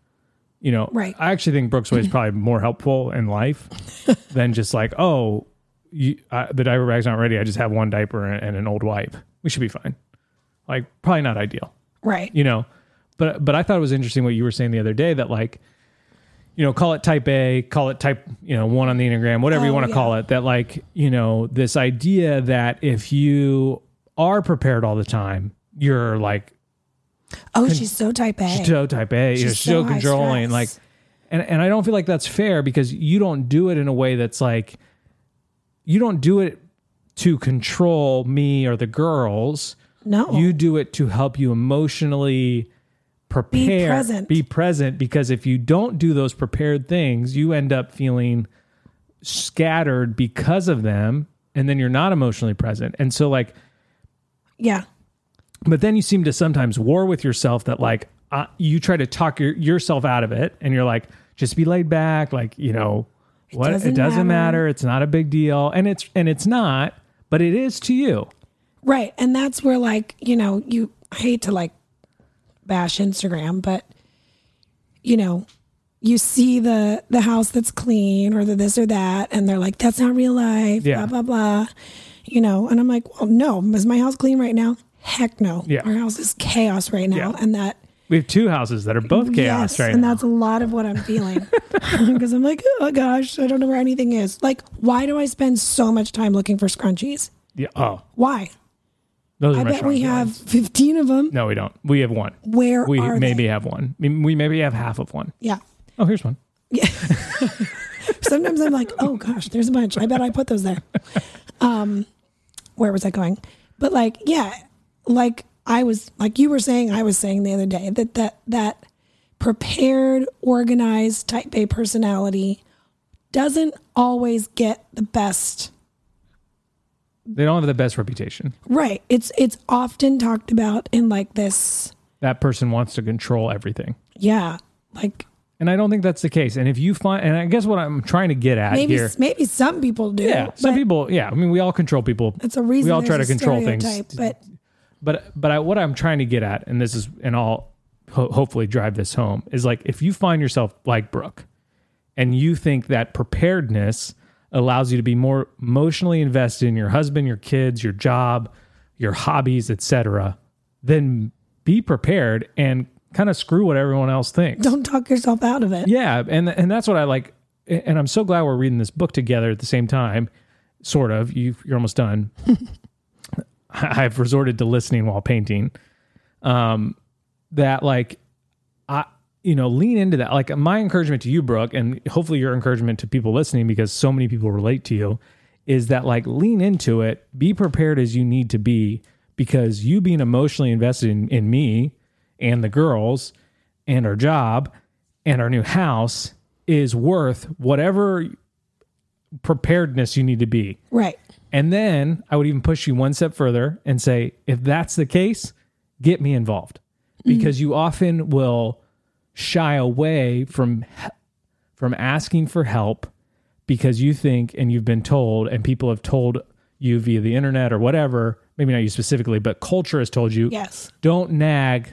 You know,
Right.
I actually think Brooks' way is probably more helpful in life than just like, oh, you, I, the diaper bag's not ready. I just have one diaper and, and an old wipe. We should be fine. Like, probably not ideal
Right.
you know but but i thought it was interesting what you were saying the other day that like you know call it type a call it type you know one on the enneagram whatever you
Oh,
want to
yeah.
call it that like you know this idea that if you are prepared all the time, you're like
Oh, she's so type A.
she's so type A. You're
She's
so,
so high
controlling.
stress.
Like, and and I don't feel like that's fair because you don't do it in a way that's like, you don't do it to control me or the girls.
no,
You do it to help you emotionally prepare,
present.
be present. Because if you don't do those prepared things, you end up feeling scattered because of them, and then you're not emotionally present. And so, like,
yeah,
but then you seem to sometimes war with yourself that like uh, you try to talk your, yourself out of it and you're like just be laid back like you know what
doesn't
it doesn't
matter.
matter it's not a big deal and it's and it's not but it is to you
right. And that's where, like, you know, you I hate to like bash Instagram, but you know, you see the the house that's clean or the this or that, and they're like, "That's not real life."
Yeah.
Blah blah blah. You know, and I'm like, "Well, no, is my house clean right now?" Heck no.
Yeah.
Our house is chaos right now,
Yeah.
and that
we have two houses that are both chaos
yes,
right
and
now
that's a lot of what I'm feeling because I'm like, oh gosh, I don't know where anything is. Like, why do I spend so much time looking for scrunchies?
yeah. oh
Why?
those are
I
my
bet we
strong
have
feelings.
15 of them.
no we don't we have one
Where
we
are
maybe
they?
have one I mean, we maybe have half of one.
Yeah.
Oh, here's one
Sometimes I'm like, oh gosh, there's a bunch. I bet I put those there. Um, where was I going? But like, yeah, like I was, like you were saying, I was saying the other day that that that prepared, organized, type A personality doesn't always get the best.
they don't have the best reputation
Right. It's it's often talked about in like this.
that person wants to control everything
Yeah. Like
and i don't think that's the case and if you find and i guess what i'm trying to get at
maybe
here
maybe some people do.
Yeah, some
but
people. Yeah, I mean, we all control people.
That's a reason
we all try to
there's a
control things.
stereotype, But
But but I, what I'm trying to get at, and this is, and I'll ho- hopefully drive this home, is like if you find yourself like Brooke, and you think that preparedness allows you to be more emotionally invested in your husband, your kids, your job, your hobbies, etc., then be prepared and kind of screw what everyone else thinks.
don't talk yourself out of it.
Yeah, and and that's what I like. And I'm so glad we're reading this book together at the same time. Sort of. You you're almost done. I- I've resorted to listening while painting. Um, that like I you know lean into that. Like my encouragement to you, Brooke, and hopefully your encouragement to people listening because so many people relate to you, is that like lean into it. Be prepared as you need to be because you being emotionally invested in, in me and the girls and our job and our new house is worth whatever preparedness you need to be.
Right.
And then I would even push you one step further and say, if that's the case, get me involved because you often will shy away from from asking for help because you think and you've been told and people have told you via the internet or whatever, maybe not you specifically, but culture has told you,
Yes.
don't nag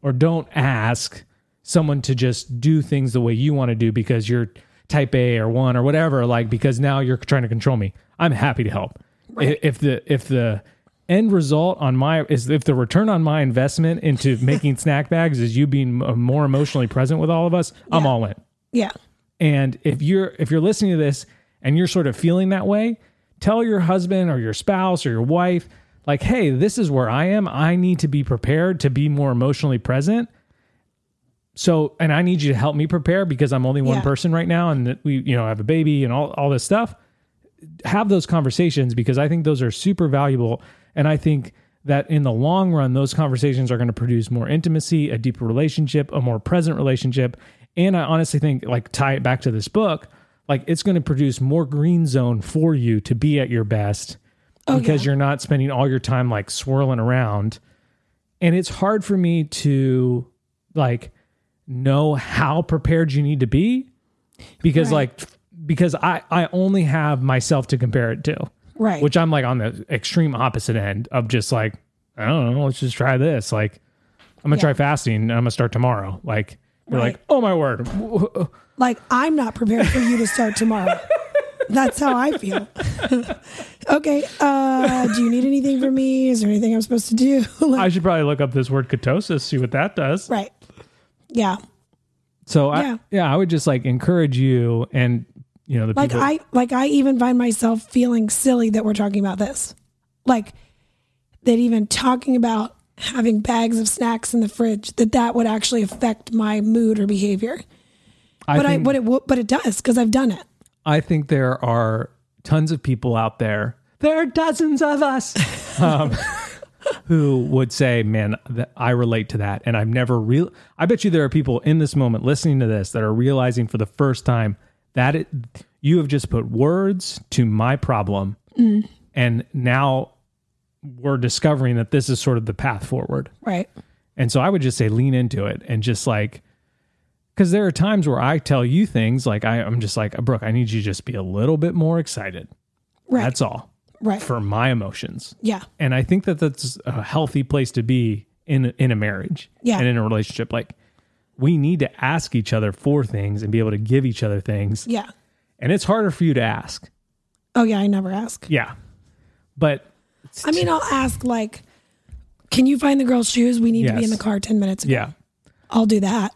or don't ask someone to just do things the way you want to do because you're type A or one or whatever, like because now you're trying to control me. I'm happy to help. I- If the if the end result on my is if the return on my investment into making snack bags is you being m- more emotionally present with all of us, I'm all in.
Yeah.
And if you're if you're listening to this and you're sort of feeling that way, tell your husband or your spouse or your wife like, "Hey, this is where I am. I need to be prepared to be more emotionally present." So, and I need you to help me prepare because I'm only one
Yeah.
person right now and that we, you know, have a baby and all all this stuff. Have those conversations because I think those are super valuable and I think that in the long run those conversations are going to produce more intimacy, a deeper relationship, a more present relationship, and I honestly think like tie it back to this book, like it's going to produce more green zone for you to be at your best because you're not spending all your time like swirling around. And it's hard for me to like know how prepared you need to be because like
Right.
because I I only have myself to compare it to.
Right.
Which I'm like on the extreme opposite end of just like I don't know, let's just try this. Like I'm going to try fasting and I'm going to start tomorrow. Like you're
Right.
like, "Oh my word.
like I'm not prepared for you to start tomorrow. That's how I feel. okay. Uh, do you need anything from me? Is there anything I'm supposed to do?
I
like,
should probably look up this word ketosis, see what that does."
right. Yeah.
So I
Yeah.
yeah. I would just like encourage you and you know the
Like
people
I like I even find myself feeling silly that we're talking about this. Like that even talking about having bags of snacks in the fridge that that would actually affect my mood or behavior.
I
but I,
think-
but it wo- but it does because I've done it.
I think there are tons of people out there. There are dozens of us um, who would say, "Man, th- I relate to that." And I've never real. I bet you there are people in this moment listening to this that are realizing for the first time that it, you have just put words to my problem, and now we're discovering that this is sort of the path forward.
Right.
And so I would just say lean into it and just like, because there are times where I tell you things like I, I'm just like Brooke, I need you to just be a little bit more excited.
Right.
That's all
right.
for my emotions.
yeah.
And I think that that's a healthy place to be in in a marriage
Yeah.
and in a relationship. Like we need to ask each other for things and be able to give each other things.
Yeah.
And it's harder for you to ask.
Oh yeah. I never ask.
Yeah, but
I mean, I'll ask like, "Can you find the girl's shoes? We need to be
Yes.
in the car ten minutes." Ago.
yeah.
I'll do that.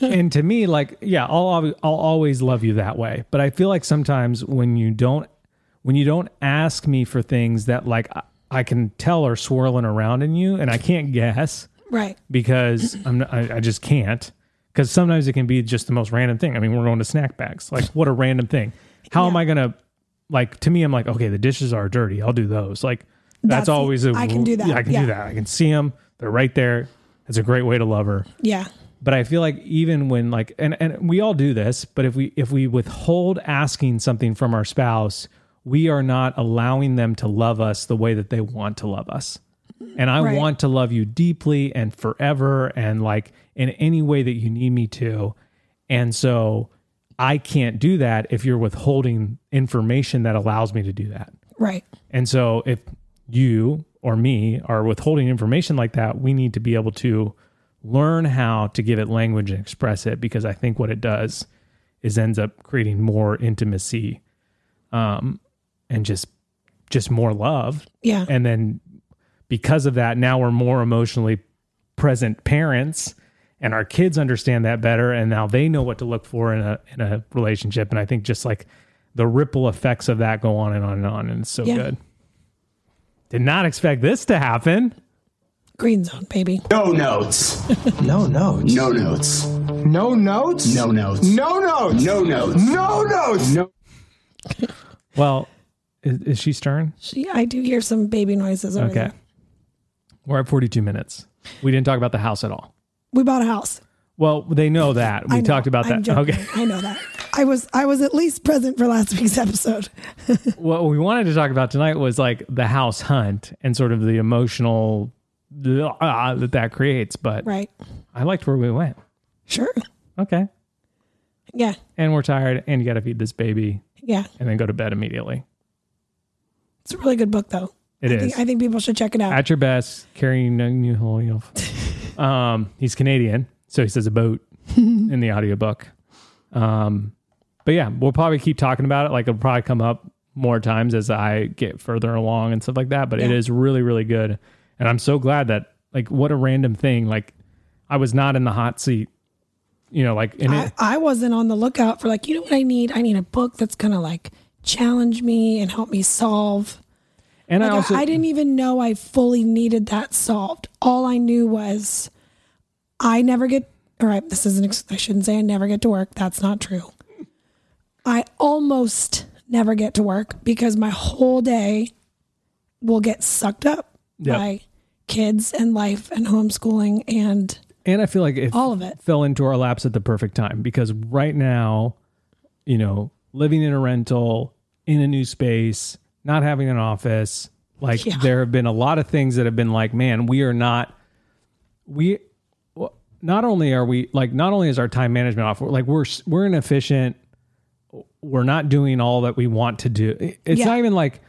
and to me, like, yeah, I'll always, I'll always love you that way. But I feel like sometimes when you don't, when you don't ask me for things that like I, I can tell are swirling around in you, and I can't guess
Right.
because I'm not, I, I just can't. Because sometimes it can be just the most random thing. I mean, we're going to snack bags. Like, what a random thing. How am I gonna like? To me, I'm like, okay, the dishes are dirty. I'll do those. Like, that's,
That's-
always a
I can do that.
Yeah, I can
Yeah.
do that. I can see them. They're right there. It's a great way to love her
Yeah.
but i feel like even when like and and we all do this but if we if we withhold asking something from our spouse we are not allowing them to love us the way that they want to love us and i
Right.
want to love you deeply and forever and like in any way that you need me to and so i can't do that if you're withholding information that allows me to do that
Right.
and so if you or me are withholding information like that, we need to be able to learn how to give it language and express it because I think what it does is ends up creating more intimacy um and just just more love
Yeah.
and then because of that now we're more emotionally present parents and our kids understand that better and now they know what to look for in a in a relationship and i think just like the ripple effects of that go on and on and on and it's so
Yeah.
good did not expect this to happen
Green zone, baby.
No notes.
No notes.
No notes.
No notes.
No notes.
No notes.
No notes.
No notes.
No.
well is, is she stern
She, I do hear some baby noises. Over
okay
There.
we're at 42 minutes we didn't talk about the house at all
We bought a house.
well they know that we
I know.
talked about that
I'm joking.
okay
I know that. I was I was at least present for last week's episode.
what we wanted to talk about tonight was like the house hunt and sort of the emotional uh, that that creates. But
Right.
I liked where we went.
Sure.
Okay.
Yeah.
And we're tired and you got to feed this baby
Yeah.
and then go to bed immediately.
It's a really good book though.
It
I
is
think I think people should check it out.
At your best, carrying a new whole. Um, he's Canadian, so he says a boat in the audiobook. Um, but yeah, we'll probably keep talking about it. Like it'll probably come up more times as I get further along and stuff like that. But it
Yeah.
is really, really good. And I'm so glad that like what a random thing. Like I was not in the hot seat, you know, like in
I,
it.
I wasn't on the lookout for like, you know what I need? I need a book that's gonna like challenge me and help me solve.
And I
Like,
also
I didn't even know I fully needed that solved. All I knew was I never get all right, this isn't ex- I shouldn't say I never get to work. That's not true. I almost never get to work because my whole day will get sucked up
Yep.
by kids and life and homeschooling and
and I feel like if
all of it.
fell into our laps at the perfect time because right now, you know, living in a rental, in a new space, not having an office, like
Yeah.
there have been a lot of things that have been like, man, we are not, we, well, not only are we like, not only is our time management off, we're like we're s- we're inefficient. We're not doing all that we want to do. It- It's
Yeah.
not even like,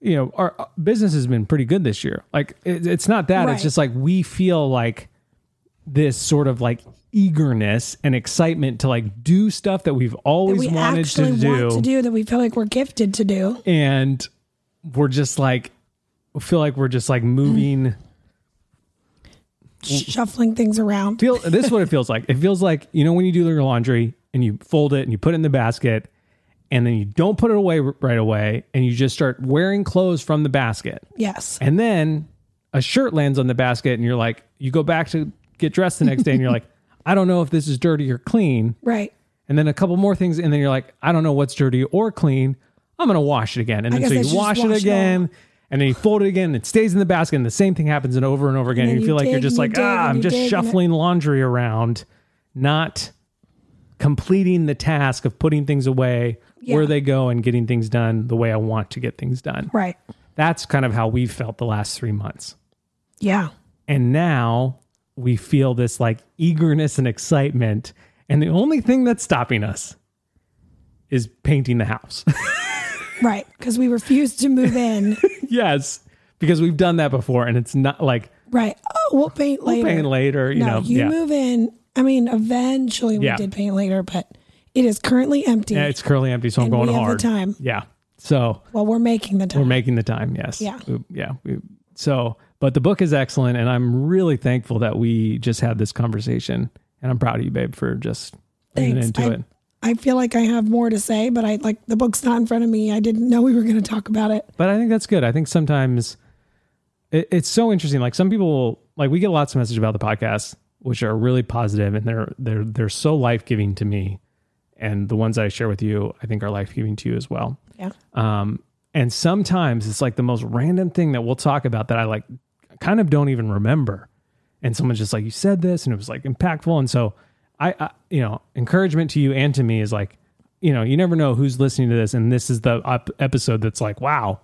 you know, our uh, business has been pretty good this year. Like it, it's not that.
Right.
It's just like we feel like this sort of like eagerness and excitement to like do stuff that we've
That
always
we
wanted
actually
to do,
want to do that we feel like we're gifted to do.
and we're just like feel like we're just like moving
Shuffling things around.
feel this is what it feels like it feels like you know when you do your laundry and you fold it and you put it in the basket and then you don't put it away r- right away and you just start wearing clothes from the basket.
Yes.
And then a shirt lands on the basket and you're like, you go back to get dressed the next day and you're like, I don't know if this is dirty or clean.
Right.
And then a couple more things and then you're like, I don't know what's dirty or clean. I'm going to wash it again. And then
guess
so
I
you
should just
wash it
wash it
again and then you fold it again and it stays in the basket and the same thing happens and over and over again.
And
And,
then
you feel like
you
you're
dig
just like,
and you dig
ah,
and
I'm
you
just
dig and it-
shuffling laundry around, not completing the task of putting things away where
Yeah.
they go and getting things done the way I want to get things done
Right.
that's kind of how we felt the last three months.
Yeah.
And now we feel this like eagerness and excitement. And the only thing that's stopping us is painting the house.
Right. Because we refused to move in.
yes, because we've done that before and it's not like
right. Oh, we'll paint later.
paint later, you
no,
know.
you
yeah.
move in. I mean, eventually we
Yeah.
did paint later, but it is currently empty
Yeah, it's currently empty, so I'm
And we
going
have the
hard.
time.
Yeah. So
while we're making the time.
We're making the time. Yes.
Yeah.
We- Yeah. we- so, but the book is excellent, and I'm really thankful that we just had this conversation. And I'm proud of you, babe, for just leaning
Thanks.
into
I-
it.
I feel like I have more to say, but I like the book's not in front of me. I didn't know we were going to talk about it.
But I think that's good. I think sometimes it, it's so interesting. Like some people, like we get lots of messages about the podcast, which are really positive, and they're they're they're so life giving to me. And the ones I share with you, I think are life giving to you as well.
Yeah.
Um, and sometimes it's like the most random thing that we'll talk about that I like kind of don't even remember. And someone's just like, you said this and it was like impactful. And so I, I you know, encouragement to you and to me is like, you know, you never know who's listening to this. And this is the up episode that's like, wow,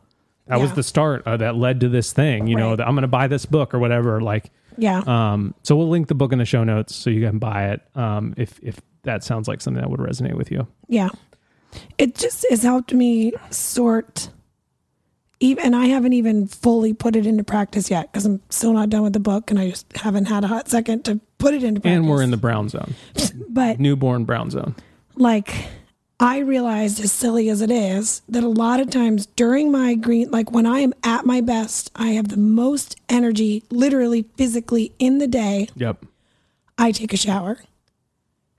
that was
Yeah.
the start uh, that led to this thing, you know,
Right.
that I'm going to buy this book or whatever. Like,
Yeah.
um, so we'll link the book in the show notes so you can buy it. Um, if, if that sounds like something that would resonate with you.
Yeah. It just has helped me sort even and I haven't even fully put it into practice yet because I'm still not done with the book and I just haven't had a hot second to put it into practice.
And we're in the brown zone,
but
newborn brown zone.
like I realized as silly as it is that a lot of times during my green like when I am at my best, I have the most energy literally physically in the day.
Yep.
I take a shower.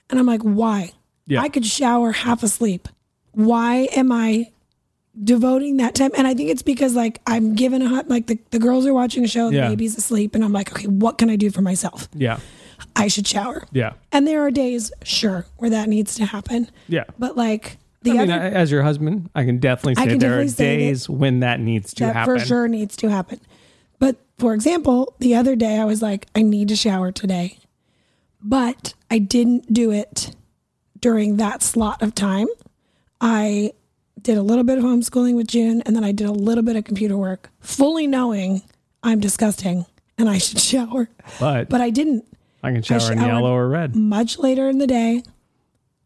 And I'm like, why?
Yeah.
I could shower half asleep. Why am I devoting that time? And I think it's because like I'm given a hot like the, the girls are watching a show, the
Yeah.
baby's asleep, and I'm like, okay, what can I do for myself?
Yeah.
I should shower.
Yeah.
And there are days, sure, where that needs to happen.
Yeah.
But like the
I mean,
other
I- as your husband, I can definitely say
I can
there
definitely say
are
that-
days when that needs to
that
happen.
for sure needs to happen. But for example, the other day I was like, I need to shower today. But I didn't do it during that slot of time. I did a little bit of homeschooling with June and then I did a little bit of computer work, fully knowing I'm disgusting and I should shower.
But,
But I didn't
I can shower in
showered-
yellow or red.
much later in the day.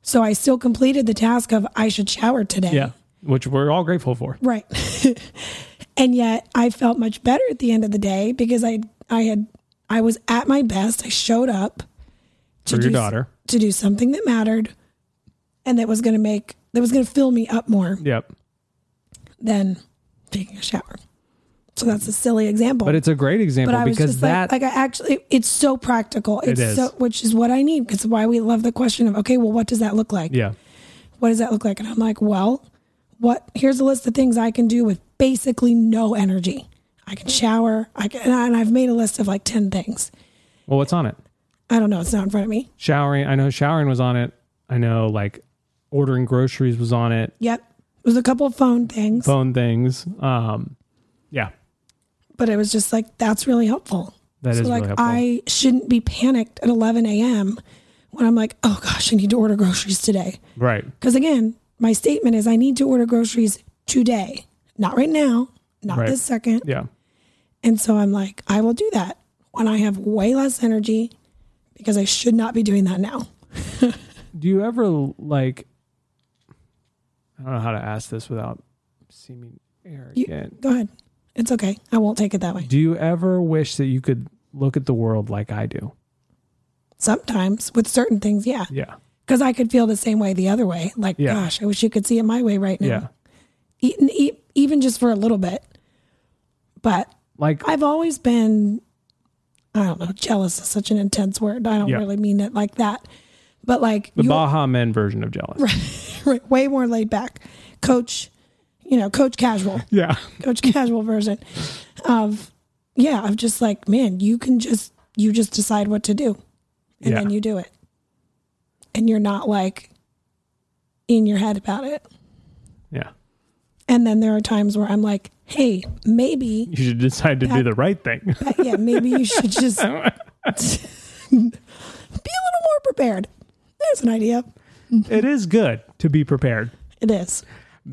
So I still completed the task of I should shower today.
Yeah. Which we're all grateful for.
Right. and yet I felt much better at the end of the day because I I had I was at my best. I showed up to
For your
do s-
daughter.
to do something that mattered and that was going to make that was going to fill me up more
Yep.
than taking a shower. So that's a silly example.
But it's a great example
but I was
because
just
that,
like, like I actually it's so practical. It's
is.
so which is what I need. It's why we love the question of okay, well what does that look like?
yeah.
what does that look like? And I'm like, well, what? Here's a list of things I can do with basically no energy. I can shower. I can, and I've made a list of like ten things.
Well, what's on it?
I don't know. It's not in front of me.
Showering. I know showering was on it. I know like ordering groceries was on it,
Yep, it was a couple of phone things,
phone things. Um, yeah.
but it was just like that's really helpful.
That is
so like
really helpful.
I shouldn't be panicked at 11 a.m. when I'm like, oh gosh, I need to order groceries today.
right.
Because again, my statement is I need to order groceries today, not right now, not
Right.
this second.
Yeah.
And so I'm like, I will do that when I have way less energy because I should not be doing that now.
do you ever like I don't know how to ask this without seeming arrogant.
Go ahead. It's okay. I won't take it that way.
do you ever wish that you could look at the world like I do?
Sometimes with certain things, yeah.
Yeah.
Because I could feel the same way the other way. Like,
Yeah.
gosh, I wish you could see it my way right now.
Yeah.
E- n- e- even just for a little bit. But
Like
I've always been, I don't know, jealous is such an intense word. I don't
Yeah.
really mean it like that. But like
The
you'll-
Baja Men version of jealous.
right, way more laid back, coach, you know, coach casual,
Yeah.
coach casual version of yeah, of just like man, you can just you just decide what to do, and
Yeah.
then you do it, and you're not like in your head about it.
Yeah.
And then there are times where I'm like, hey, maybe
You should decide to do the right thing.
But yeah, maybe you should just be a little more prepared. There's an idea.
it is good to be prepared.
It is.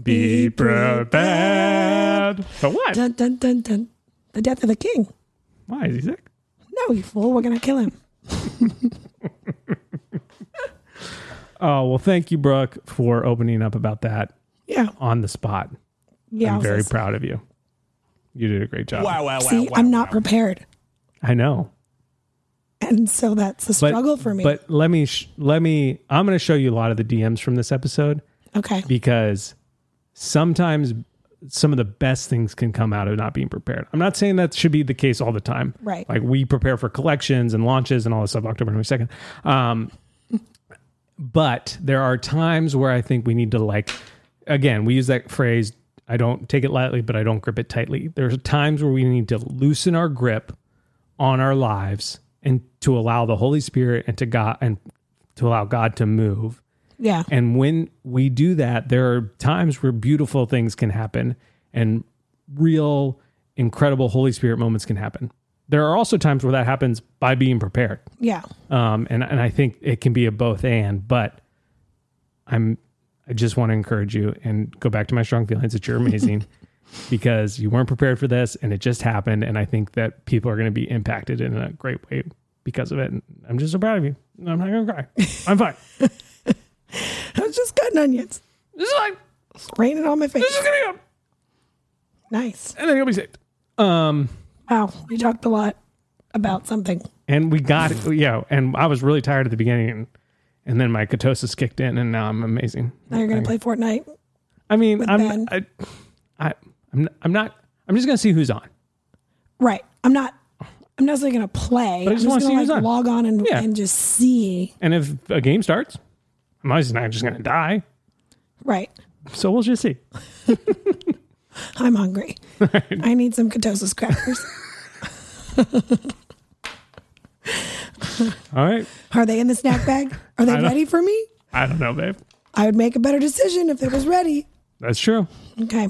Be prepared. For what?
Dun, dun, dun, dun. The death of the king.
Why is he sick?
No, you fool. We're going to kill him.
Oh, well, thank you, Brooke, for opening up about that
Yeah.
on the spot.
Yeah.
I'm very
so-
proud of you. You did a great job. Wow.
See, I'm not prepared.
I know.
And so that's a
But,
struggle for me.
But let me, sh- let me, I'm going to show you a lot of the DMs from this episode
okay.
because sometimes some of the best things can come out of not being prepared. I'm not saying that should be the case all the time.
Right.
Like we prepare for collections and launches and all this stuff October 22nd. Um, but there are times where I think we need to like, again, we use that phrase, I don't take it lightly, but I don't grip it tightly. There's times where we need to loosen our grip on our lives and to allow the Holy Spirit and to God and to allow God to move
Yeah.
and when we do that, there are times where beautiful things can happen and real, incredible Holy Spirit moments can happen. There are also times where that happens by being prepared.
Yeah.
Um, and, and I think it can be a both and, but I'm, I just want to encourage you and go back to my strong feelings that you're amazing because you weren't prepared for this and it just happened. And I think that people are going to be impacted in a great way because of it. And I'm just so proud of you. I'm not going to cry. I'm fine.
I was just cutting onions.
This is fine.
It's raining on my
This is
face.
going to be good.
Nice.
and then you'll be saved. Um,
Wow. We talked a lot about something.
and we got it, yeah. And I was really tired at the beginning, and, and then my ketosis kicked in, and now I'm amazing.
Now you're going to play Fortnite.
I mean,
with
I'm,
Ben.
I, I, I'm, I'm not. I'm just gonna see who's on.
Right. I'm not. I'm not necessarily going to play.
But I just
I'm
wanna see
gonna,
who's
like,
on.
log on and,
Yeah.
and just see.
And if a game starts, I'm obviously not just gonna die.
Right.
So we'll just see.
I'm hungry. I need some ketosis crackers.
All right.
Are they in the snack bag? Are they
don't-
ready for me?
I don't know, babe.
I would make a better decision if it was ready.
That's true.
Okay.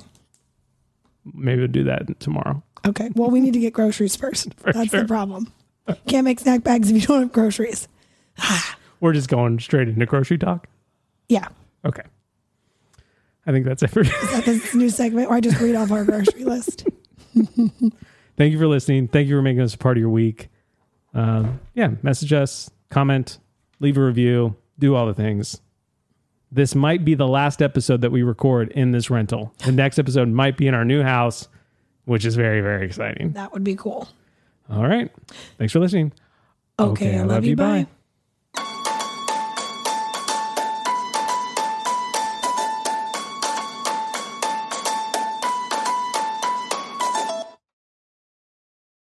Maybe we'll do that tomorrow.
Okay. Well, we need to get groceries first. That's
sure.
the problem. Can't make snack bags if you don't have groceries.
We're just going straight into grocery talk.
Yeah.
Okay. I think that's it for.
Is that this new segment where I just read off our grocery list?
Thank you for listening. Thank you for making us a part of your week. Um, yeah, message us, comment, leave a review, do all the things. This might be the last episode that we record in this rental. The next episode might be in our new house, which is very, very exciting.
That would be cool.
All right. Thanks for listening.
Okay. I, love, you. bye.